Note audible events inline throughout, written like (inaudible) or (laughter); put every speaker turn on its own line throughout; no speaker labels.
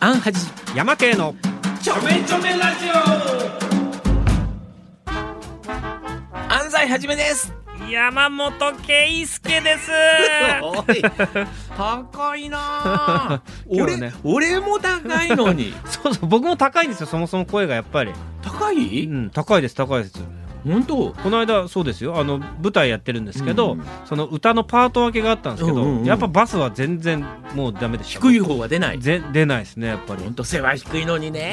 アンハジ
山系の
ちょめちょめラジオ安西はじめです
山本圭介です。
おい (laughs) 高い (laughs) なあ
今
俺、
日はね
俺も高いのに
(laughs) そうそう僕も高いんですよそもそも声がやっぱり。
(laughs) 高
う
い
ん高いです高いです。
本当
この間そうですよあの舞台やってるんですけ
う
ど、
ん
その歌のパート分けがあったんですけど、
うんうんうん
やっぱバスは全然もうダメでした。
低い方は出ない
ぜ出ないですねやっぱり。
本当背は低いのにね
ね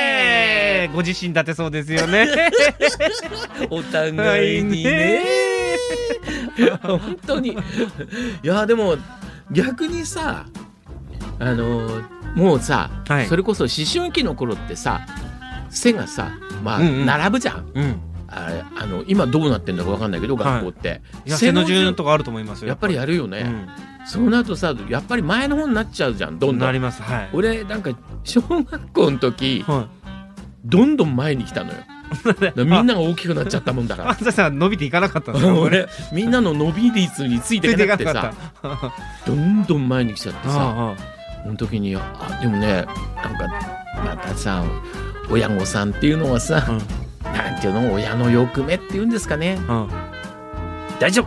えご自身立てそうです
(laughs)
よね。
お互いにね本当にいやでも逆にさあのもうさ、
はい
それこそ思春期の頃ってさ背がさまあ、
うんうん
並ぶじゃん
(laughs) うん。
あれあの今どうなってんだかわかんないけど
はい
学校って、
いや背の順
と
とかあると思いますよ。
やっぱりやるよね、
うん
その後さやっぱり前の方になっちゃうじゃんどんど
なり
ん
ますはい。
俺なんか小学校の時
は
どんどん前に来たのよだ (laughs) からみんなが大きくなっちゃったもんだ
い。
から
(laughs) 安西さん伸びていかなかったんです
(laughs)
か。
俺みんなの伸び率についていけなくて
ついていかな
さ
かった。 (laughs)
どんどん前に来ちゃってさ
あ
その時にあでもねなんかまたさ親御さんっていうのは
あ
さ、なんていうの親の欲目っていうんですかね
うんうん。 (laughs)
大丈夫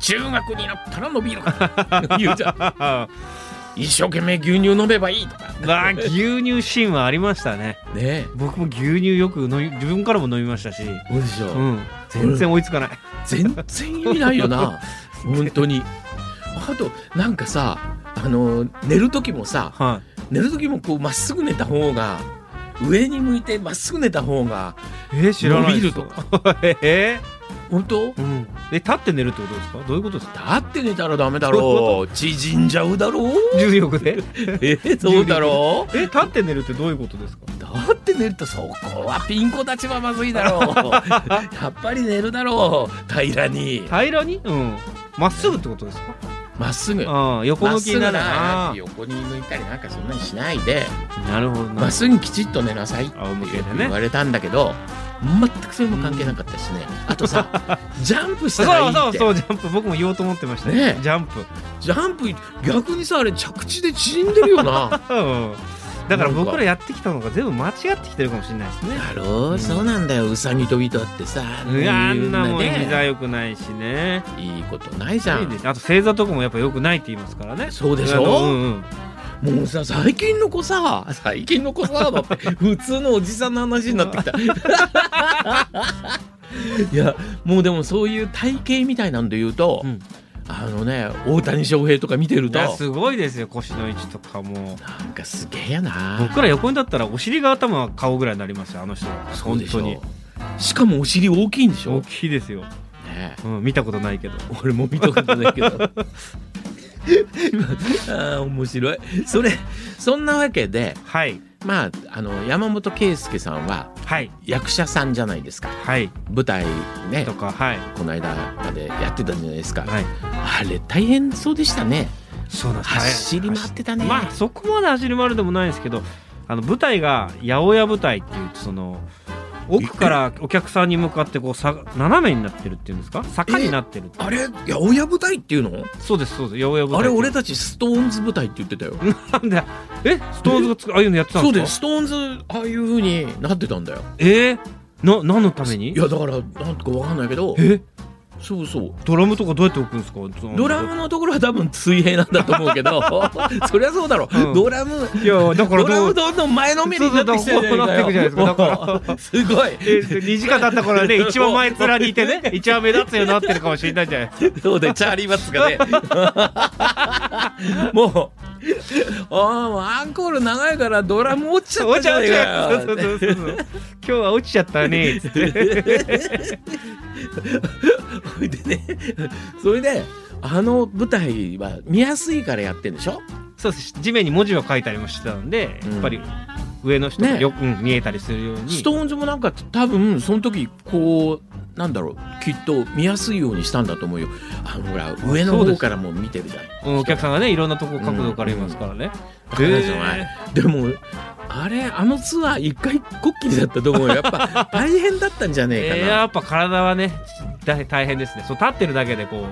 中学になったら伸びるから言うじゃん
あ
一生懸命牛乳飲めばいいとか
あ牛乳シーンはありましたね
ね
僕も牛乳よく飲み自分からも飲みましたし、
えどうでしょう、
うん、全然追いつかない、
全然意味ないよな本当にあとなんかさあの寝る時もさ、
は
寝る時もこうまっすぐ寝た方が上に向いてまっすぐ寝た方が
い、えー、知らないです
伸びる
(laughs) え
本当
ーうん、え立って寝るってことですかどういうことですか
だって寝たらダメだ
そういう
ろう縮んじゃうだろう
重力で
えそうだろう
え立って寝るってどういうことですか
だって寝るとそこはピン子たちはまずいだろう
(laughs)
やっぱり寝るだろう平らに
平らにうんまっすぐってことですか
まっすぐ
ああ横
まっ
向
す
きに
ぐ
な
な
る
ら
な
横に向いたりなんかそんなにしないで
なるほど
ま
な
っすぐきちっと寝なさいって
仰向けで
言
ね
われたんだけど全くそれも関係なかったしねあと
(laughs)
さジャンプし
そ
たらいいうって
そうそうジャンプ僕も言おうと思ってました
ねえ
ジャンプ
ジャンプ逆にさあれ着地で縮んでるよな
うんだから
なん
僕
から
やってきたのが全部間違ってきてるかもしれないですね
だろう、
うん
そうなんだようさぎ飛びだってさ
いやあんなもん
ね
膝良くないしね
いいことないじゃ
いいで
ん
すあと正座とかもやっぱ良くないって言いますからね
そうでし
あのう
ょ、
んうん
もうさ最近の子さ最近の子さ
(laughs)
だって普通のおじさんの話になってきたいやもうでもそういう体型みたいなんで言うと、
うん
あのね大谷翔平とか見てる
い
と
やすごいですよ腰の位置とかも
なんかすげえやな
僕ら横にだったらお尻が頭顔ぐらいになりますよあの人
そうでしょ
本
しかもお尻大きいんでし
当に
ょ、
大きいですよ、
ねえ
うん、見たことないけど
俺も見たことないけどあー面白いそれそんなわけで
はい
まああの山本圭介さんは
はい
役者さんじゃないですか
はい
舞台ね
とかはい
この間までやってたじゃないですか、
はい
あれ大変そうでしたね
そうなんです
走り回ってたね、
まあそこまで走り回るでもないんですけどあの舞台が八百屋舞台っていうその奥からお客さんに向かってこうさ斜めになってるっていうんですか坂になってる
あれ八百屋舞台っていうの
そうですそうです八百屋舞台
あれ俺
だ
たちストーンズ舞台って言ってたよ
なんでえストーンズがつくああいうのやってた
そ
ん
う
で
ですス
か
トーンズああいう風になってたんだよ
えー、な何のために
いやだからなんとかわかんないけど
え
そうそう
ドラムとかどうやって置くんですかその
ドラムのところは多分水平なんだと思うけど (laughs) そりゃそうだろ、
うん
ドラム
いやだから
ドラ
ど
ム
う
どんどん前のめりになってきてる
そうそうそうこうなってくじゃないですかだか
すごい
えー二時間経った頃
(laughs)
はね一番前面にいてね一番目立つようになってるかもしれないじゃないです
(laughs)
か
そうでチャーリー・バッツ (laughs) がねもうああもうアンコール長いからドラム落ちちゃったじゃないか
そ
(laughs)
うそうそうそう今日は落ちちゃったねつって
それでねそれであの舞台は見やすいからやってんでしょ
そうです地面に文字を書いたりもしてたんで、
うん
やっぱり上の人が
ね
よく、うん見えたりするように
ストーンズもなんか多分その時こうなんだろうきっと見やすいようにしたんだと思うよあのほら上の方からも見てるじゃん
うんお客さんがねいろんなとこ角度からいますからね、
だからじゃない
へ
でもあれあのツアー一回こっきりだったと思うよやっ
(laughs)
ぱ大変だったんじゃねえかな、
えーやっぱ体はね大大変ですねそう立ってるだけでこ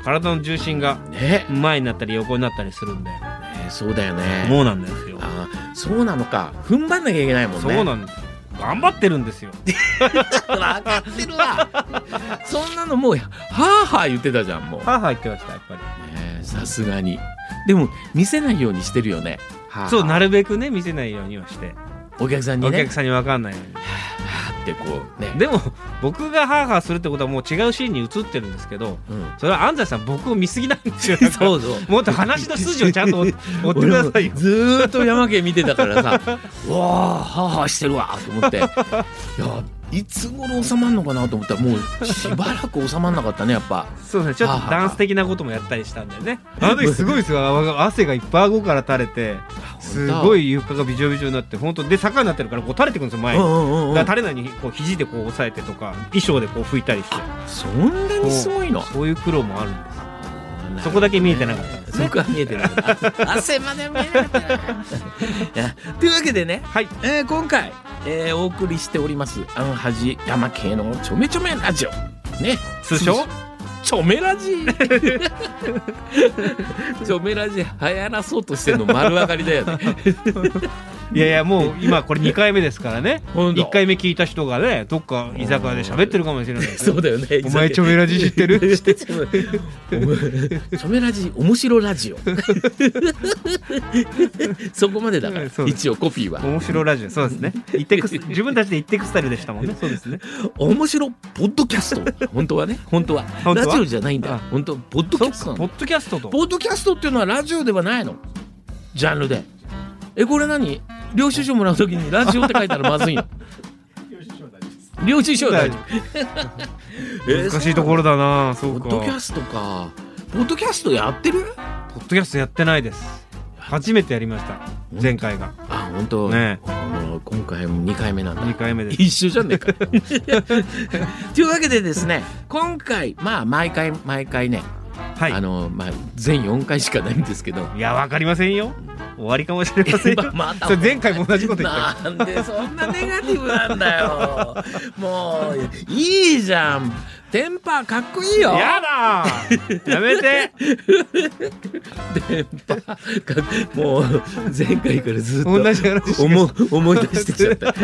う体の重心が
ね
前になったり横になったりするんで
ねそうだよね
もうなんですよ
あそうなのか踏ん張んなきゃいけないもんね
そうなんです頑張ってるんですよ
分かってるわそんなのもうはあはあ言ってたじゃんもうね
はあはあ言ってましたやっぱり
えさすがにでも見せないようにしてるよねはあはあ
そうなるべくね見せないようにはして
お客さんに
お
ね
客さんに分かんないように
はあってこうね
でも僕がハーハーするってことはもう違うシーンに移ってるんですけど
うん
それは安西さん僕を見すぎなんですよ
(laughs) そうそう
もっと話の筋をちゃんと追っ追ってください
俺
よ
もずーっと山家見てたから
(laughs)
さうわあはあはあしてるわと思っていやいつ頃収まるのかなと思ったらもうしばらく収まんなかったねやっぱ
そうですねちょっとダンス的なこともやったりしたんだよねあの時すごいですよ泡が汗がいっぱい顎から垂れてすごい床がびちょびちょになって本当で坂になってるからこう垂れてくるんですよ前
うん
に。
うんうんうん
だから垂れないようにこう肘でこう押さえてとか衣装でこう拭いたりして
そんなにすごいの
そういう苦労もあるんですそこだけ見えてなかったんですね
そこは見えてなか
(laughs)
った。汗まで見えなかったな。いやというわけでね、
はい
えー今回、えーお送りしております、アンハジ山系のちょめちょめラジオ。ね。
通称
ちょめラジ (laughs) ちょめラジ流行らそうとしてるの丸上がりだよ (laughs) ね。
いやいやもう今これ2回目ですからね
ほんと
1回目聞いた人がねどっか居酒屋で喋ってるかもしれないです
(laughs) そ
よ
うだよね。
お前ちょめラジ知ってる
知ってるお前ちょめラジ面白ラ (laughs) ジオ。そこまでだから、
そうです
一応コピーは。
面白ラジオそうですねイテ (laughs) クス自分たちで言ってくスタイルでしたもんねそうですね
面白ポッドキャスト本当はね本当は
本当は
ラジオじゃないんだよ
あ
本当ポッドキ
そっ
ャス
か
トな
ポ
の
ッドキャストと
ポッドキャストっていうのはラジオではないのジャンルでえこれ何領収書もらうときにラジオって書いたらまず
(laughs)
いの領収書は大丈夫えー
難しいところだな
ポ
そう
ッ
か
ドキャストかポッドキャストやってる
ポッドキャストやってないです初めてやりました前回が
あ本当
ね
もう今回も2回目なんだ
2回目です
一緒じゃねえ
(laughs)
か。というわけでですね今回まあ毎回毎回ね、
はい
あのまあ、全4回しかないんですけど、
いやわかりませんよ終わりかもしれ (laughs) ませんよ
また
それ前回も同じこと言った
なんでそんなネガティブなんだ (laughs) よもういいじゃんテンパーかっこいいよ
やだーやめて
テンパーかもう前回からずっと
同じ話して
思う思い出してきちゃった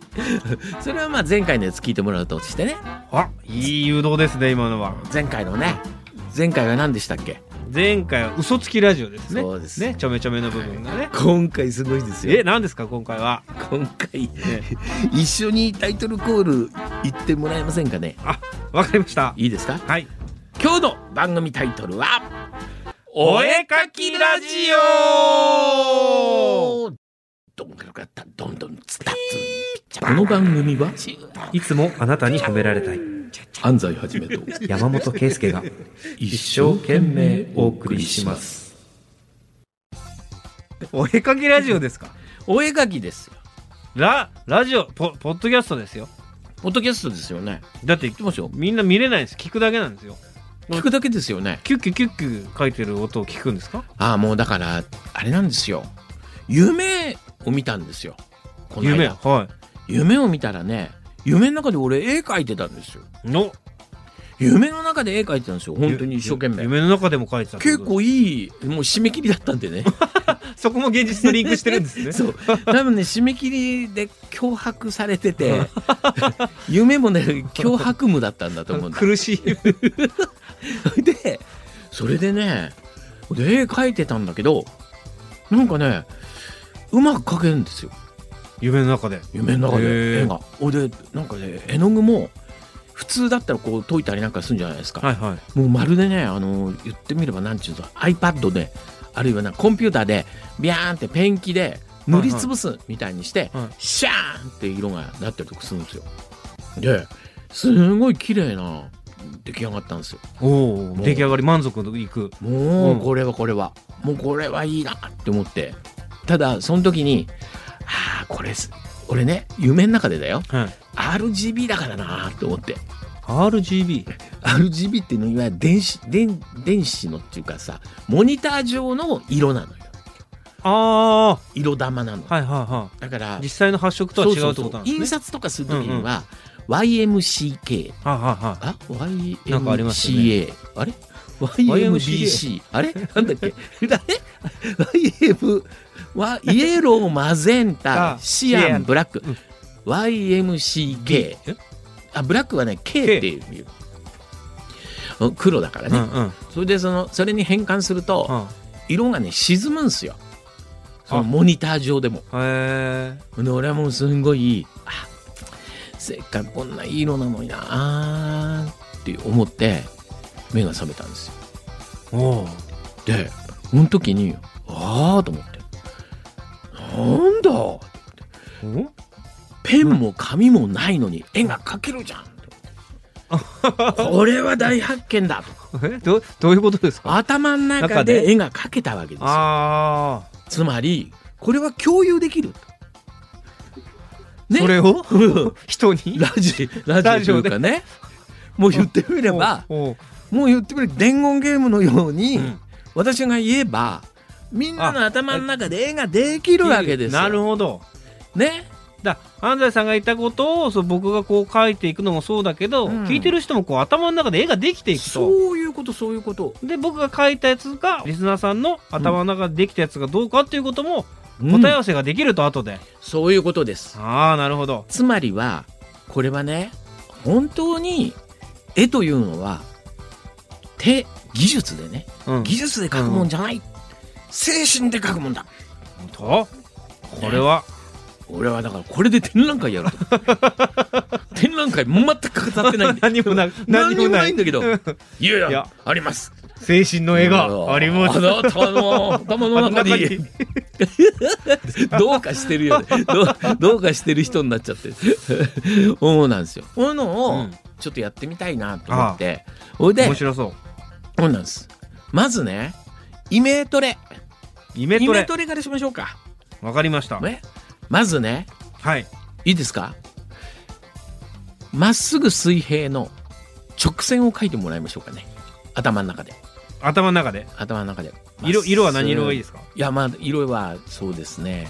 (laughs) それはまあ前回のやつ聞いてもらうとしてね
(laughs) あいい誘導ですね今のは
前回のね前回は何でしたっけ
前回は嘘つきラジオですね
そうです
ねちょめちょめの部分がね
今回すごいです
え
よ
何ですか今回は
今回 (laughs) 一緒にタイトルコール言ってもらえませんかね
あわかりました
いいですか
はい
今日の番組タイトルは
お絵かきラジオ
どんぐらかったどんどんつたつこの番組はい
つもあなたに褒められ (laughs) たい
安西はじめと
山本圭介が
一
生懸命お送りしますお絵かきラジオですか
お絵かきですよ
ララジオポポッドキャストですよ
ポッドキャストですよね
だって
言ってますよ
みんな見れないです聞くだけなんですよ
聞くだけですよね
キュッキュッキュッキュ書いてる音を聞くんですか
ああもうだからあれなんですよ夢を見たんですよこの間
夢は
夢を見たらね夢の中で俺絵描いてたんですよ
いの
夢の中で絵描いてたんですよ本当に一生懸
ゆ
命
夢の中でも書いてたってこ
結
と
構いいもう締め切りだったんで
(laughs)
ね
そこも現実とリンクしてるん (laughs) ですね
そう多分ね締め切りで脅迫されてて (laughs) 夢もね脅迫夢だったんだと思うんだ
苦しい
でそれでねで絵描いてたんだけどなんかねうまく描けるんですよ
夢の中で
夢の中
へ
で
ー
絵が。おでなんかね絵の具も普通だったらこう解いたりなんかするんじゃないですか、
はいはい
もうまるでねあの言ってみればなんちゅうの iPad であるいはなコンピューターでビャーンってペンキで塗りつぶすみたいにして、
はい
シャーンって色がなってるとかするんですよ。ですごい綺麗な出来上がったんですよ。
おお
もう
出来上がり満足のいく
も
うん
うこれはこれは、もうこれはいいなって思ってただその時に「ああこれす俺ね夢の中でだよ
はい
RGB だからな」と思って
RGB
RGB っていうのはいわゆる電子電電子のっていうかさモニター上の色なのよ
あ
色玉なの、
あはいはいは
だから
い実際の発色とは違うってことなんですね
印刷とかする時には、YMCK
はいはいはい
あ
なんかありますよ
YMCA あれ
YMCA
YMBC あれなんだっけあれ YM わイエローマゼンタ
あ
シア
シア
ン
ン
ブラック
うん
YMCK
え
あブラックはね K っていううん黒だから
うん
ね、
うんうん
それでそのそれに変換すると、色がね沈むんすよその
あ
モニター上でも
へえ
で俺はもうすんごいあせっかくこんないい色なのになーって思って目が覚めたんですよ
おう
でその時にああと思ってなんだ
お
ペンも紙もないのに絵が描けるじゃんこれは大発見 (laughs) だと
えどどういうことですか
頭の中で絵が描けたわけですよ
あ
つまりこれは共有できると
あ、それを
うん
人に
ラジラ
ラ
ジ
ジ
オ
オ
とい
で
うかねもう言ってみれば
おう
もう言ってみれば伝言ゲームのように、
おううん
私が言えばみんなの頭の中で絵ができるわけですよ
なるほど
ね
だ安西さんが言ったことをそう僕がこう書いていくのもそうだけど、
うん
聞いてる人もこう頭の中で絵ができていくと
そういうことそういうこと
で僕が書いたやつがリスナーさんの頭の中でできたやつがどうかっていうことも答え合わせができると後で、
そういうことです
ああなるほど
つまりはこれはね本当に絵というのは手技術でね
うん
技術で描くもんじゃない、精神で描くもんだ
とこれは
俺はだからこれで展覧会やろうと (laughs) 展覧会全く語ってないんで
(laughs) 何もな
何にもないんだけど
うん
いやいや
いや
あります
(laughs) 精神の絵があります
あなたの頭の (laughs) 中
真ん
に
に
どうかしてるよねどうどうかしてる人になっちゃって (laughs) そうなんですよこういうの
う
を
ん
ちょっとやってみたいなと思ってほいで
面白そう
そうなんですまずねイメトレ
イメ
イ
ト
メ
レ
トレからしましょうか
わかりました
ねまずね
はい
いいですかまっすぐ水平の直線を描いてもらいましょうかね頭の中で
頭の中で
頭の中で
色色は何色がいいですか
いやまあ色はそうですね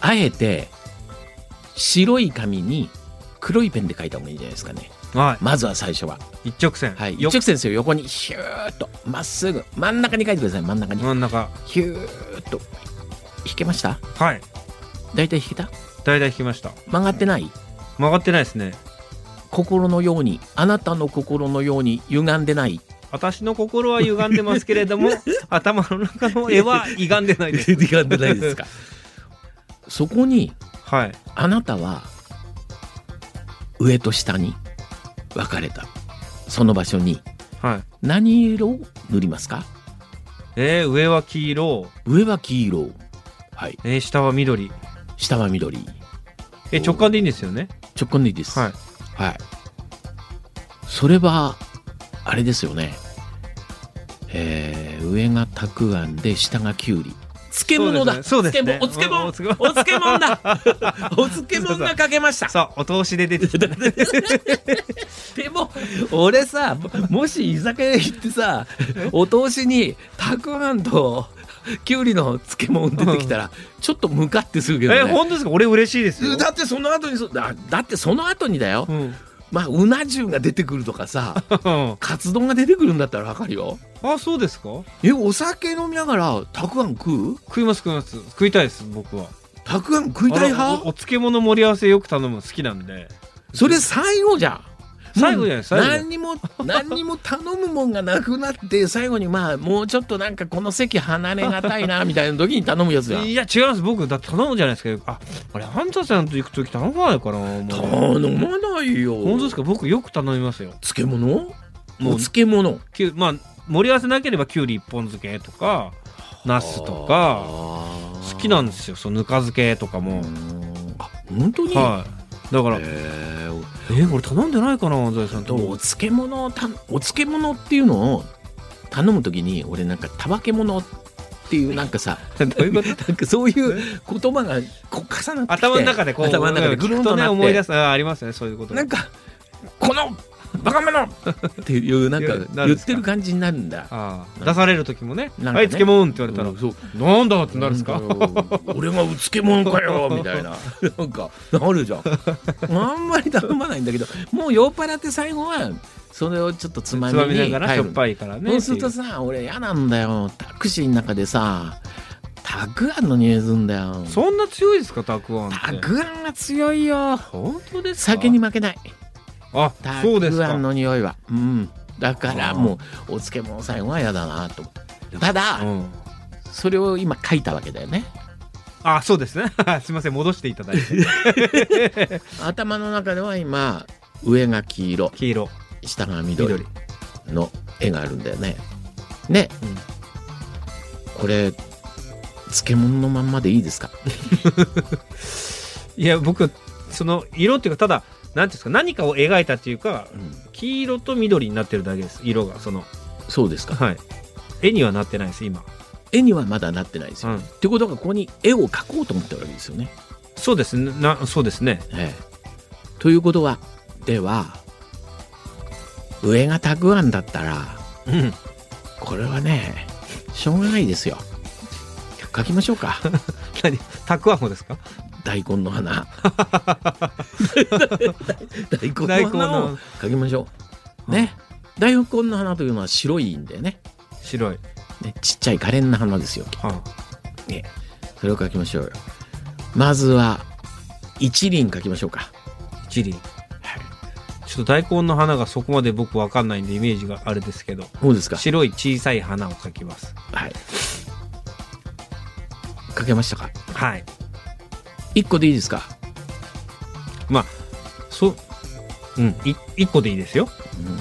あえて白い紙に黒いペンで書いた方がいいんじゃないですかね
は
まずは最初は、
い一直線
はい、一
よ
直線ですよ横にヒューッとまっすぐ真ん中に書いてください真ん中に
真ん中
ヒューッと引けました
はい
大体引けた
大体引きました
曲がってない
曲がってないですね
心のようにあなたの心のように歪んでない
私の心は歪んでますけれども頭の中の絵は歪んでないです
(laughs) 歪んでないですか (laughs) そこに
はい
あなたは上と下に分かれたその場所に
はい
何色を塗りますか
えー、上は黄色、
上は黄色はい
えー、下は緑
下は緑
え直感でいいんですよね
直感でいいです
はい
はいそれはあれですよねえー、上がたくあんで下がきゅうり漬物だ
そうですね
漬物お漬
そうですね
物お漬物だ (laughs) お漬物がかけました
さあお通しで出てきた
でも俺さももし居酒屋行ってさお通しにたくあんときゅうりの漬物出てきたら、ちょっとムカってするけどね
え、本当ですか俺嬉しいですよ
だってその後にそだだってその後にだよ、
うん
まあうな重が出てくるとかさ
あ
カツ丼が出てくるんだったらわかるよ
そうですか
えお酒飲みながらたくあん食う
食います食います食いたいです僕は
たくあん食いたい
あのお
派
お漬物盛り合わせよく頼むの好きなんで
それ最後じゃん
最後じゃない最後
何にも何にも頼むもんがなくなって最後にまあもうちょっとなんかこの席離れがたいなみたいな時に頼むやつや
(laughs) いや違います僕だって頼むじゃないですかあ俺ハンタさんと行く時頼まないからなお前
頼まないよ
本当ですか僕よく頼みますよ
漬物
も
お
う
漬物
きゅうまあ盛り合わせなければきゅうり一本漬けとかなすとか好きなんですすよそのぬか漬けとかも、
あ本当に、
はいだからえ
へー
ー、俺頼んでないかな安西さん
と
と
お (laughs) 漬物をたお漬物っていうのを頼む時に俺なんかたばけ物っていうなんかさ
どういうこと
なんかそういう言葉がこう重なってきて
頭の中でこう
頭の中でぐるん
聞く
と
と
なっ
ね
て
思い出すあーありますよねそういうこと
なんかこのバカ
(laughs)
者っていうなんか
いやな
言
んで
っ
すか
てる感じになるんだ。
あー出される時もね「
なんかね
はい漬物」って言われたら
うんそう
「なんだ?」ってなるんですか
なんだよ俺がうつけもんかよみたい
(laughs)
ななんかなるじゃん。あんまり頼まないんだけど、もう酔っ払って最後はそれをちょっとつま
つ
み
まみ
に
ながらし
入
ょ
る
っ。ぱいからね
そうすると
って
さ、俺嫌なんだよ。タクシーの中でさ、たくあんの匂いすんだよ
そんな強いですかたくあん
た
って
くあんが強いよ
本当ですか
酒に負けない
あ
た
そうです
くあ
か
んの匂いはうんだから
あー
もうお漬物最後は嫌だなと思ってただ、
うん
それを今書いたわけだよね
あそうですね (laughs) すいません戻していただ
(laughs)
いて
頭の中では今上が黄色
黄色
下が緑
緑
の絵があるんだよねね、
うん
これ漬物のまんまでいいですか
いや僕その色っていうかただ何ていうんですか何かを描いたっていうか黄色と緑になってるだけです色がその
そうですか
はい絵にはなってないです今、
絵にはまだなってないです
う
よ、
ん、
ってことがここに絵を描こうと思ってるわけですよね、
そうですねなそうですね
ええということはでは上がたくあんだったら
うん
これはねしょうがないですよ描きましょう
(laughs)
か
何たくあんをですか
大根の
(laughs)
花大根
大
の
根
花を
の
書きましょう。
うん
ね。大根の花というのは白いんだよね。
白い、
ねちっちゃい可憐な花ですよ。
は
それを書きましょうよ。まずは、一輪書きましょうか。
あ、一輪ちょっと大根の花がそこまで僕わかんないんでイメージがあれですけど
どうですか
白い小さい花を描きます
はい。書けましたか
はい
一個でいいですか
そううんい一個でいいですよ
うん。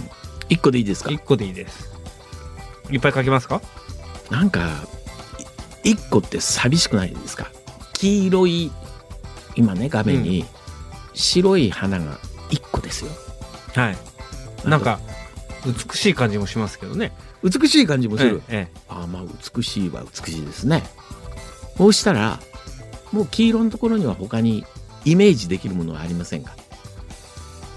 一個でいいですか
一個でいいですいっぱい描きますか
なんか、い一個って寂しくないですか黄色い、今ね、画面に、白い花が一個ですよ。
はいなん、か美しい感じもしますけどね
美しい感じもする。
ええ
あーまあ美しいは美しいですねそうしたらもう黄色のところには他にイメージできるものはありませんか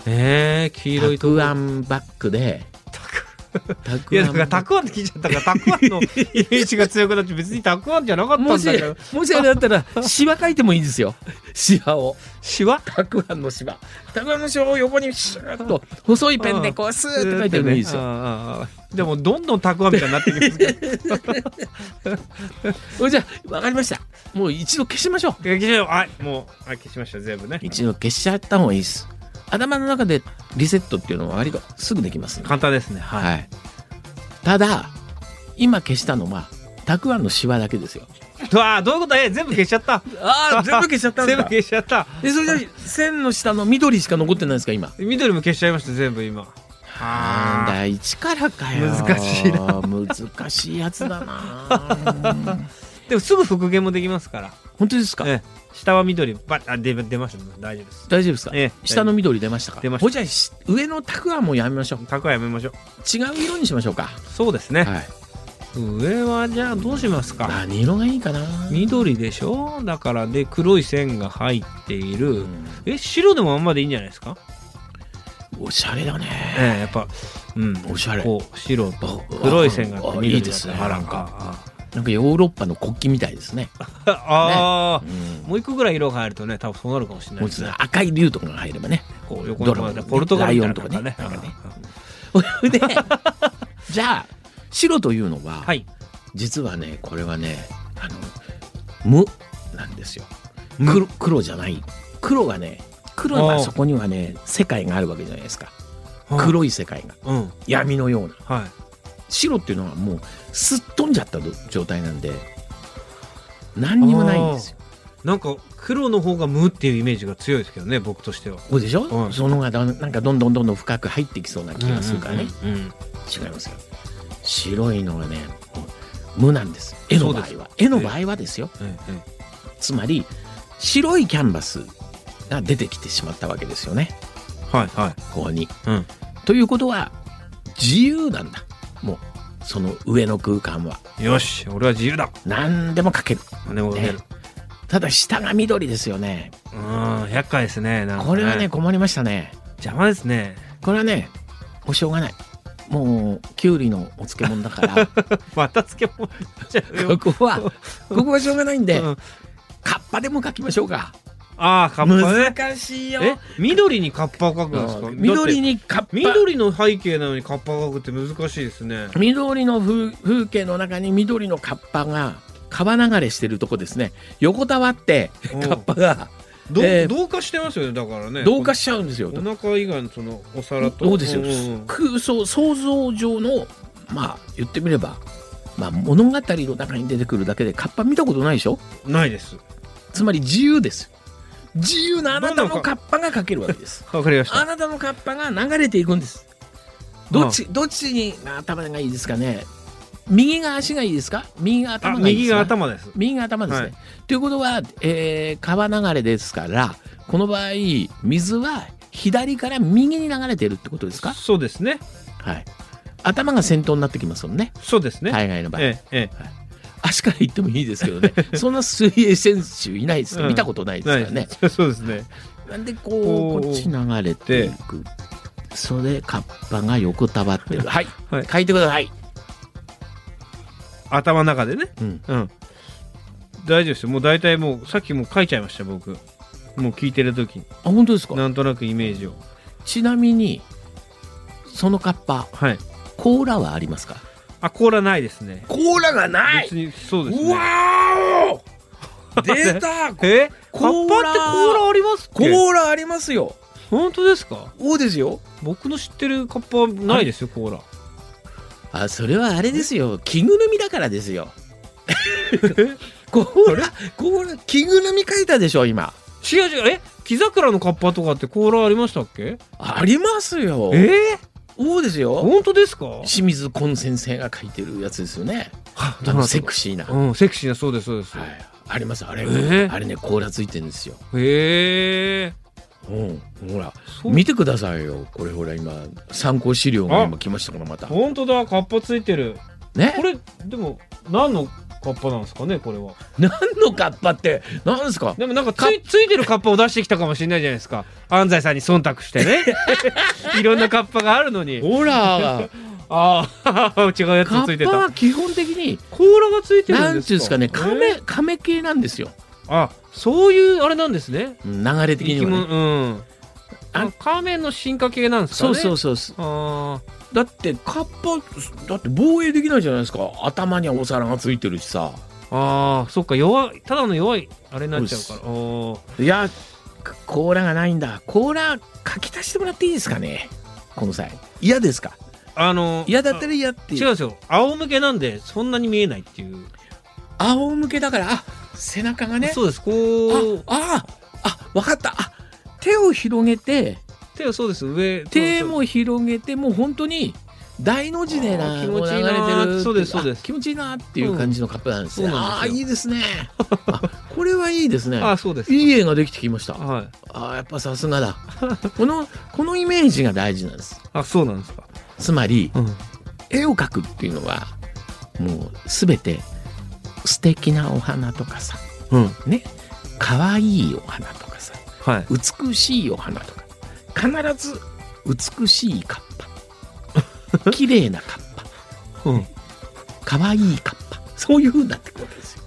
ええ黄色い
た
とこ
くあんバッグで
た
た
い
くあ
やだ
ん
から
バ
た
ッ
くあんって聞いちゃったからたくあ
(laughs)
んのイメージが強くなって別にたくあんじゃなかっ
グ
たん
も
だ
し
けど
もしあれだったら
(laughs)
シワ書いてもいいんですよシワを
シ
(laughs)
ワ
たくあんのシワたくあんのシワを横にシューッと細いペンでこうスーッと書いてもいいですよ
よでもどんどんたくあんみたいになってきますけど
それじゃあわかりましたもう一度消しましょう
消しようはいもうはい消しました全部ね
一度消しちゃった方がいいです頭の中でリセットっていうのは割とすぐできます
簡単ですねはい
はい。ただ、今消したのは、たくあんのシワだけですよ。
うわあどういうことえ全部消しちゃった
あ
あ全部消
しちゃっ (laughs)
全部消しちゃった
え、それじゃ線の下の緑しか残ってないですか、今。
緑も消しちゃいました全部今
なん
あ
だ、一からかよ。
難しい
な。難しいやつだな。
でもすぐ復元もできますから
(laughs) 本当ですか、
ええ下は緑ばあ出出ました大丈夫です
大丈夫ですか、
ええ
下の緑出ましたか
出ました
ほいじゃあし上のたくあんもやめましょう。
たくあんやめましょう
違う色にしましょうか。
そうですね、
はい。
上はじゃあどうしますか
何色がいいかな。
緑でしょだからで黒い線が入っていうる
ん
え白でもあんまでいいんじゃないですか
おしゃれだね。
ええやっぱうん
おしゃれ
こう白と
あ
黒い線があって
あ
緑
いいですね
があらん
なん
か
なんかヨーロッパの国旗みたいですね。
ああー
うん
もう一個ぐらい色が入るとね多分そうなるかもしれな
も
いう
ち
です
ょっ
ね
と赤い竜とかが入ればね。
こう横にこうやってポルトガルみたいなの
ライオンとかね
うん (laughs)
で、じゃあ、白というのは、
はい
実はね、これはね、あの、無なんですよ。
無
黒黒じゃない。黒がね、黒
あ
は
ー
そこにはね、世界があるわけじゃないですか。
い
黒い世界が。
うん
闇のような。
はい
白っていうのはもう、すっ飛んじゃったど状態なんで、何にもないんですよ。
なんか黒の方が無っていうイメージが強いですけどね僕としては
こうでしょ、
うん
その方がだんなんかどんどんどんどん深く入ってきそうな気がするからね。
うんうんうん
違いますよ白いのはね無なんです絵の場
そう
合
で
は絵の場合はですよ
ええええ
つまり白いキャンバスが出てきてしまったわけですよね
はいはい
ここに、
うん
ということは自由なんだもうその上の空間は
よし俺は自由だ
何でも描ける
何でも出る、
ただ下が緑ですよね
うん厄介ですねなんか
これはね困りましたね
邪魔ですね
これはねもうしょうがないもうきゅうりのお漬物だから
また漬物じゃう (laughs) よ
ここはここはしょうがないんで、
うん
カッパでも描きましょうか
ああカッパね
難しいよ
え緑にカッパを描くんですか
うん緑
に
にカッパ緑
緑の背景なのにカッ
(laughs)
パを描くって難しいですね
の風風景の中に緑のカッパが川流れしてるとこですね横たわって
うん
カッパが
どう
えー
同化してますよねだからね
同化しちゃうんですよ
お腹以外のそのお皿と
そうですよ
んん
空想想像上のまあ言ってみれば、まあ、物語の中に出てくるだけでカッパ見たことないでしょ
ないです
つまり自由です自由なあなた
どんな
の
カ
カッパが描けるわけです
わかりまし
あ
た
なたのカッパが流れていくんですどっちどっちに頭がいいですかね右が足がいいですか右が
あ
頭がいいで
右
すか
が頭です
右が頭ですね。
はい
ということは、えー川流れですからこの場合水は左から右に流れてるってことですか、
そうですね
はい、頭が先頭になってきますもんね
そうですね、
海外の場合、
えええ
足から行ってもいいですけど
(laughs)
ねそんな水泳選手いないですけど、
うん
見たことない
え
ですから
ない
ね
です (laughs) そうですね
なんでこ
こ
う
う
こっち流れていくそれカッパが横たわってるはい、
はい
書いてください、
頭の中でね
うん、
うん大丈夫ですよもう大体もうさっきもう書いちゃいました僕もう聞いてる時に
あ本当ですか
なんとなくイメージを
ちなみにそのカッパ
はい
甲羅はありますか
あコーラないですね
甲羅がな
別にそうですね
うわ
(laughs)
ーお出た
えカ
コ
ッ
ー
パ
ラ
ってコーラありますっ
コ
け
ーラありますよ
本当ですか
おですよ
僕の知ってるカッパはないですよコーラ
あそれはあれですよ着ぐるみだからです (laughs) よコーラコーラ着ぐるみ書いたでしょ今
違う違うえ木桜のカッパとかってコーラありましたっけ
ありますよ
え
おですよ
本当ですか
清水昆先生が書いてるやつですよね
は
(laughs) あのセク
シ
シーな、は
うんセクシーなそうですそうです、
い、ありますあれ、
え
あれね甲羅ついてるんですよ、
へえ
うん、ほら
そう
見てくださいよこれほら今参考資料が今来ましたからまた
本当だカッパついてる
ね
これでも何のカッパなんですかねこれは
何のカッパって何ですか
でもなんかついついてるカッパを出してきたかもしれないじゃないですか安西さんに忖度し
(laughs)
てねいろんなカッパがあるのに
ほら
ああ (laughs) 違うやつ
カ
つい
ッ
て
パ
た
は基本的に
甲羅がついてるんですか
なんていうんですかねカ
え
メカメ系なんですよ
ーあそういうあれなんですね
うん流れ的にはね
生き物うん
あ
あカメの進化系なんです
そ
かね
うそううそうそう
あ
だってカッパだって防衛できないじゃないですか頭にはお皿がついてるしさ
ーあーそっか弱いただの弱いあれになっちゃうからおー
いやく甲羅がないんだ甲羅書き足してもらっていいですかねこの際嫌ですか
あの
嫌だった
あ
ら嫌ってい
違うんですよ仰向けなんでそんなに見えないっていう、
仰向けだからあ背中がね
そうですこう
あああ分かったあ手を広げて
手はそうです上
手
そうそう
も広げてもう本当に大の字で
あ
な
ー気持ちいいな
こ流れてる
そうですそうです
あ気持ちいいなっていう感じのカップなんですね、
うんそう
あ
なん
あ
ですよ
いいです
(laughs)
ねあこれはいいですね
ああそうです
いい絵ができてきましたあ
はい
ーやっぱさすがだこのこのイメージが大事なんです
あそうなんですか、
つまり
うん、
絵を描くっていうのはもう全て素敵なお花とかさ、
うん
ね可愛いお花とかさ
はい
美しいお花とか必ず美しいカッパ (laughs) 綺麗なカッパ
うん
可愛いカッパそういう風になってくるわけですよ、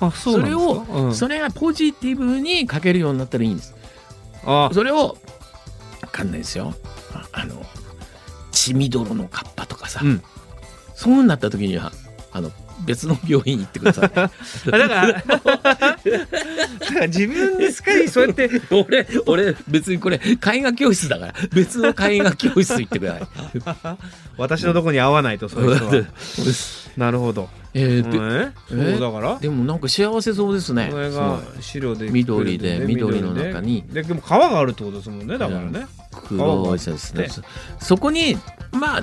あそうなんですか
そ
うん
それがポジティブに書けるようになったらいいんです
あ
それをわかんないですよああの血みどろのカッパとかさ、
うん
そうなった時にはあの別の病院に行ってください
あだから (laughs) だから自分ですかにそうやって
(laughs) 俺俺別にこれ絵画教室だから別の絵画教室行ってください
私のとこに合わないとそういう人はなるほど
(laughs) えーで
え
え
そうだから
でもなんか幸せそうですね。
これ
す
が
ごい
白で
緑で
くるん
緑の
緑で
中に
ででも皮があるってことですもんねだからね
黒いですね
ね。
そこにまあ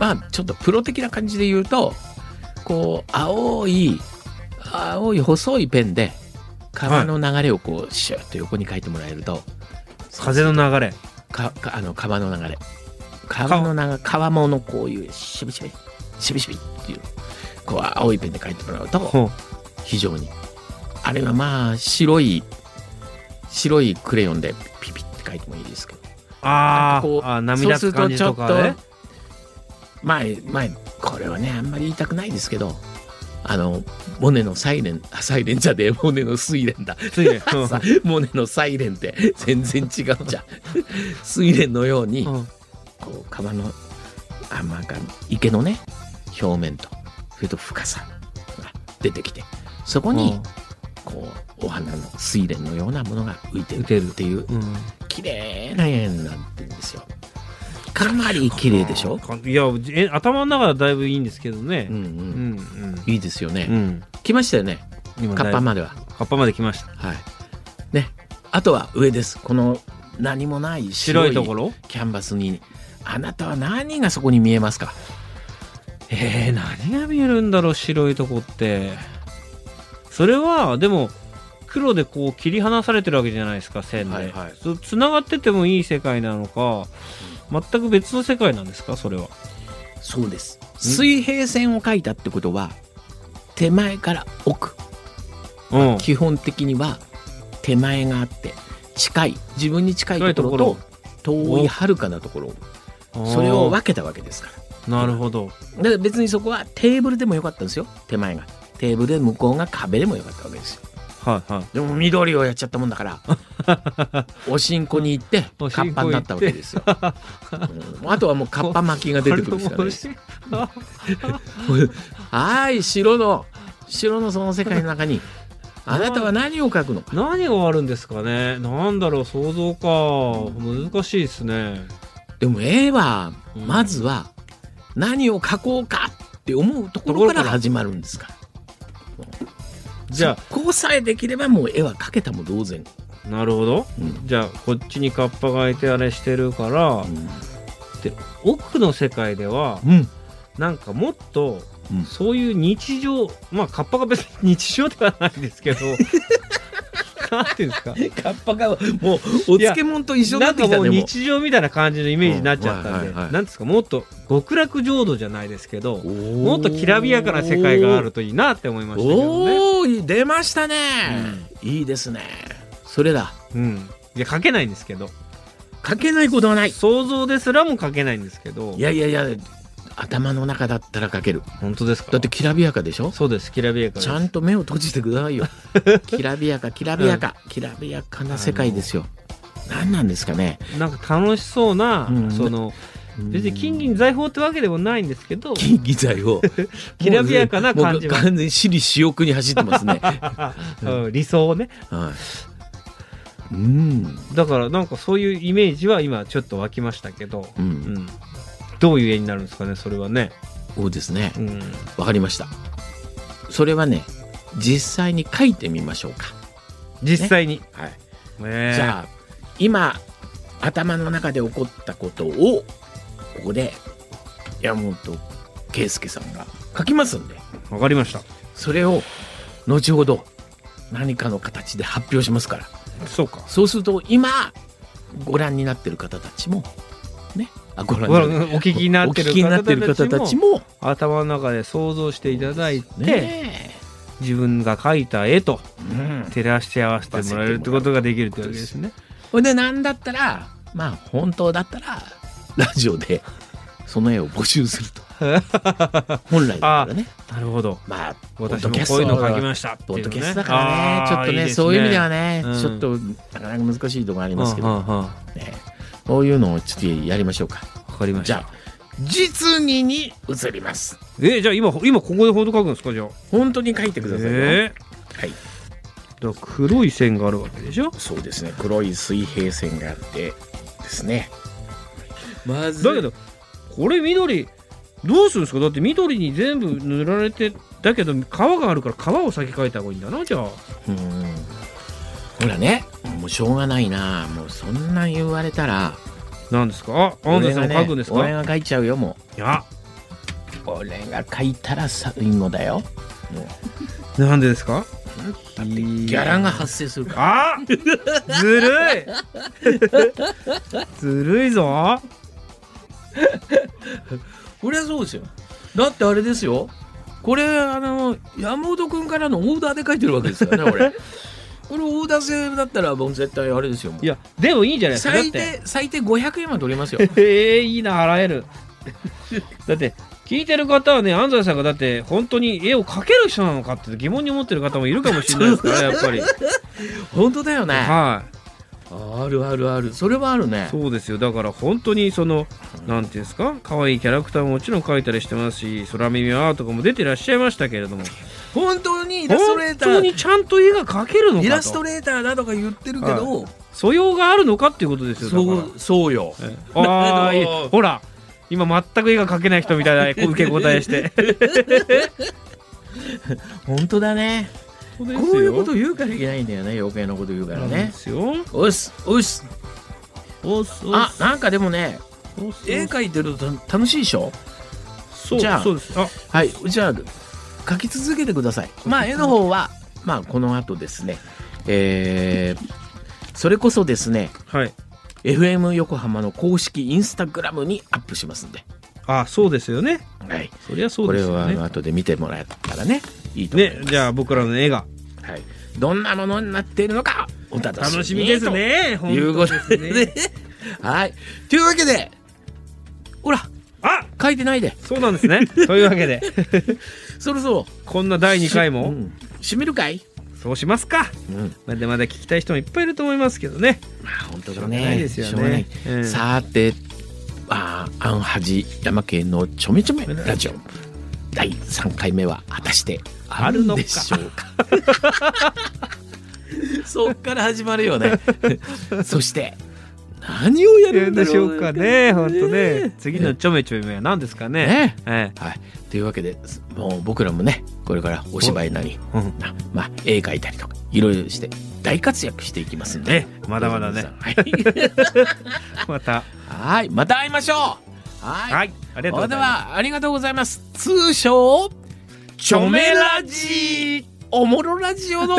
まあちょっとプロ的な感じで言うとこう青い青い細いペンで川の流れをこうシュッと横に書いてもらえると、
風の流れ
かかあの川の流れ川の流れ川ものこういうしびしびしびしびっていうこう青いペンで書いてもらうと。
ほう
非常にあれはまあ白い白いクレヨンでピピって書いてもいいですけどなん
あ
かこ
ー
う
あー涙つく感じとかね
前前これはねあんまり言いたくないですけどあのモネのサイレンあサイレンじゃねえモネの睡蓮だ
ついでう
(laughs)
ん
さモネのサイレンって全然違うじゃん睡蓮のように
うん
こう川のあまあなんか池のね表面とそれと深さが出てきてそこにこうお花の睡蓮のようなものが浮いてる
浮いてる
っていう
うん
綺麗な絵になってるんですよかなり綺麗でしょ、
いやえ頭の中はだいぶいいんですけどね
うんう、
うんん
いいですよね、
うんうん
来ましたよね
今
カ
だ
ッ
いぶ
パまでは
カッパまで来ました
はいねあとは上ですこの何もない白
白
い
いところ
キャンバスにあなたは何がそこに見えますか
えー、何が見えるんだろう白いとこってそれはでも黒でこう切り離されてるわけじゃないですか線
はい
で
はい
そつながっててもいい世界なのか全く別の世界なんですかそれは
そうです水平線を描いたってことは手前から奥
うん
基本的には手前があって近い自分に近いところと遠い遥かなところそれを分けたわけですから
なるほど
だから別にそこはテーブルでもよかったんですよ手前がテーブルで向こうが壁でもよかったわけですよ
はいはい
でも緑をやっちゃったもんだから
(laughs)
おしんこに行ってカ
おしんこ行って
ッパになったわけですよ、うんあとはもうカッパ巻きが出てくるしかないで
(laughs)
す
あ
はい白の白のその世界の中
(laughs)
にあなたは何を描くのか
何があるんですかねなんだろう想像か難しいですね
でも絵はまずは何を描こうかって思うところから始まるんですから
じゃ
そこさえできればもう絵は描けたも同然、
あなるほど
うん
じゃあこっちにカッパがいてあれしてるから奥の世界では
うん
なんかもっと
うん
そういう日常まあカッパが別に日常ではないです
(laughs)
けどなんていうんですか
カッパがもうお漬物と一緒にな
な
っ
ん
てきた
かもう
ねもう
日常みたいな感じのイメージになっちゃったんで、
うんはいはいはい
なんですかもっと極楽浄土じゃないですけど
も
もっときらびやかな世界があるといいなって思いましたけどね。
おお出ましたね、いいですねそれだ
うん、いや書けないんですけど、
書けないことはない
想像ですらも書けないんですけど
いやいやいや頭の中だったら書ける
本当ですか
だってきらびやかでしょ
そうですきらびやかです
ちゃんと目を閉じてくださ
(laughs)
いよきらびやかきらびやか、きらびやかな世界ですよ何なんですかね
なんか楽しそうな、
うん
その別に金銀財宝ってわけでもないんですけど
金銀財を
(laughs) きらびやかな感じは
もう完全に私利私欲に走ってます
(laughs)
ね、
うん理想をね
はい、うん
だからなんかそういうイメージは今ちょっと湧きましたけど、
う
うんん、どういう絵になるんですかねそれはね、
そうですね
うん、
わかりましたそれはね実際に書いてみましょうか、
実際に、
はい
ね
じゃあ今頭の中で起こったことをここで山本圭介さんが書きますんで
わかりました
それを後ほど何かの形で発表しますから
そうか
そうすると今ご覧になってる方たちもねあご覧
ご覧お聞きになってる
お聞きになってる方たちも
頭の中で想像していただいて、
ね
自分が描いた絵と
うん
照らし合わせてもらえるってことができるってわけですね。
ほんで何だったらまあ本当だったらラジオでその絵を募集する
(laughs)
と本来だからね
なるほど。
まあ
私もこういうの描きま
し
したっていうの
ポ
ね。
ッドキャストだからねちょっとねそういう意味では
ね。
ね、
うん
ちょっとなかなか難しいところあり
うんう
ま
ん
すけど、
うんわ
ね、こういうのをちょっとやりましょうか
かりまし
じ
た。
ゃあ実にに移ります
えじゃあ今今ここでほど描くんですかじゃあ。
本当に書いてくださいよ、
え
はい
ーだから黒い線があるわけでしょ。
そうですね黒い水平線があってですねまず
だけどこれ緑どうするんですかだって緑に全部塗られてだけど皮があるから皮を先描いた方がいいんだなじゃあ。
うんほらねもうしょうがないなもうそんなん言われたら
なんですか。あアンダさんも描くんですか。
俺がね俺が書いちゃうよも
いや
う俺が書いたら最後だよもう
なんでですか。
だってギャラが発生するから
あずるい (laughs) ずるいぞ
(laughs) これはそうですよだってあれですよこれあの山本君からのオーダーで書いてるわけです (laughs) からね俺これオーダー制だったらもう絶対あれですよもう
いやでもいいんじゃないですかだっ
最
て
低最低500円は取りますよ
(laughs) ええいいな払えるだって聞いてる方はね安西さんがだって本当に絵を描ける人なのかって疑問に思ってる方もいるかもしれないですからやっぱり
本当だよね
は
あるあるあるそれはあるね
いそうですよだから本当にそのなんていうんですか可愛いキャラクターももちろん描いたりしてますし空耳アートとかも出てらっしゃいましたけれども
本当にイラストレ
本
ータ
当
ー
にちゃんと絵が描けるの
イ
か
ラスト
と
レーターだとか言ってるけど、
素養があるのかっていうことですよだから
そうそうよ (laughs)
ええあ
だ
あ
けど
いいほら今全く絵が描けない人みたいなこう受け答えして
本当だね
こ
(laughs)
う
こういうこと
で
言うからいけないんだよね余計なこと言うからね
すよ
おっすおっす
おっすおっ
あ
す
なんかでもね
おっす
絵描いてるとた楽しいでしょ
そう
じゃあ
そうですあ
はいじゃあ描き続けてくださいまあ絵の方はまあこの後ですねえー、それこそですね
はい
FM 横浜の公式インスタグラムにアップしますんで、
あそうですよね
はい、
そりゃそ
こ
うで
れ
すよ
はあの
ね
後で見てもらえたらねいいと思い
ね
ます、
じゃあ僕らの絵が
はい、どんなものになっているのかお楽しみ
楽しみですね
と
本
いう
当
ことで
ですね
はいというわけでほら
あ
書いてないで
そうなんですね
(laughs)
というわけで
そろそろ
こんな第2回
う
も
ん閉めるかい、
そうしますか
うん、
まだまだ聞きたい人もいっぱいいると思いますけどね
まあ本当
しょ
だ
うがない
ね
ですよ
しょうがない
ねうん
さてあーアンハジ山系のちょめちょめラジオ第3回目は果たしてあるんでしょう
(laughs)
かそっから始まるよね (laughs) そして何をや
や
る
る
ん
ん
で
で
し
し
ょ
ょ
う
う
か
か
ね
ね
本
本
当
当
ね
ね次のちょめちょめは何ですかね
ね
ええ
はい、というわけですもう僕らもねこれからお芝居なり、
うん
なまあ、絵描いたりとかいろいろして大活躍していきますんで、
ねまだまだね
どうぞ皆さん
ま
(laughs)
た
はいはいまた会いましょうはい
はいありがとうございます
はありがとうございます通称チョメラジおもろラジ (laughs) オの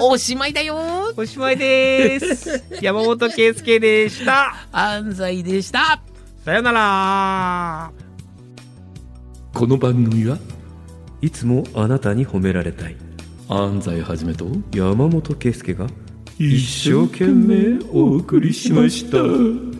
おしまいだよ
おしまいです山本圭介でした
安西でした
さよなら
この番組はい
つもあなたに褒められたい
安西はじめと
山本圭介が
一生懸命お送りしました。